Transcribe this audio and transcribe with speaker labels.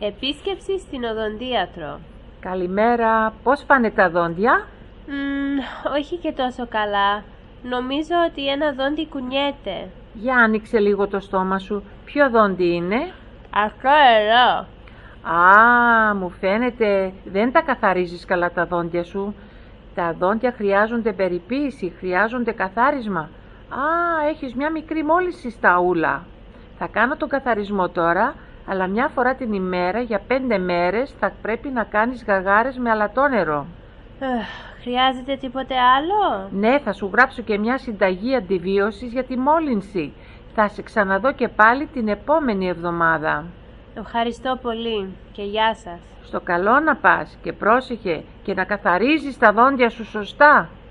Speaker 1: Επίσκεψη στην οδοντίατρο.
Speaker 2: Καλημέρα. Πώς πάνε τα δόντια?
Speaker 1: Μμμ, όχι και τόσο καλά. Νομίζω ότι ένα δόντι κουνιέται.
Speaker 2: Για άνοιξε λίγο το στόμα σου. Ποιο δόντι είναι?
Speaker 1: Αυτό εδώ.
Speaker 2: Α, μου φαίνεται δεν τα καθαρίζεις καλά τα δόντια σου. Τα δόντια χρειάζονται περιποίηση, χρειάζονται καθάρισμα. Α, έχεις μια μικρή μόλυνση στα ούλα. Θα κάνω τον καθαρισμό τώρα, αλλά μια φορά την ημέρα για πέντε μέρες θα πρέπει να κάνεις γαγάρες με αλατόνερο.
Speaker 1: Εχ, Χρειάζεται τίποτε άλλο.
Speaker 2: Ναι, θα σου γράψω και μια συνταγή αντιβίωσης για τη μόλυνση. Θα σε ξαναδώ και πάλι την επόμενη εβδομάδα.
Speaker 1: Ευχαριστώ πολύ και γεια σας.
Speaker 2: Στο καλό να πας και πρόσεχε και να καθαρίζεις τα δόντια σου σωστά.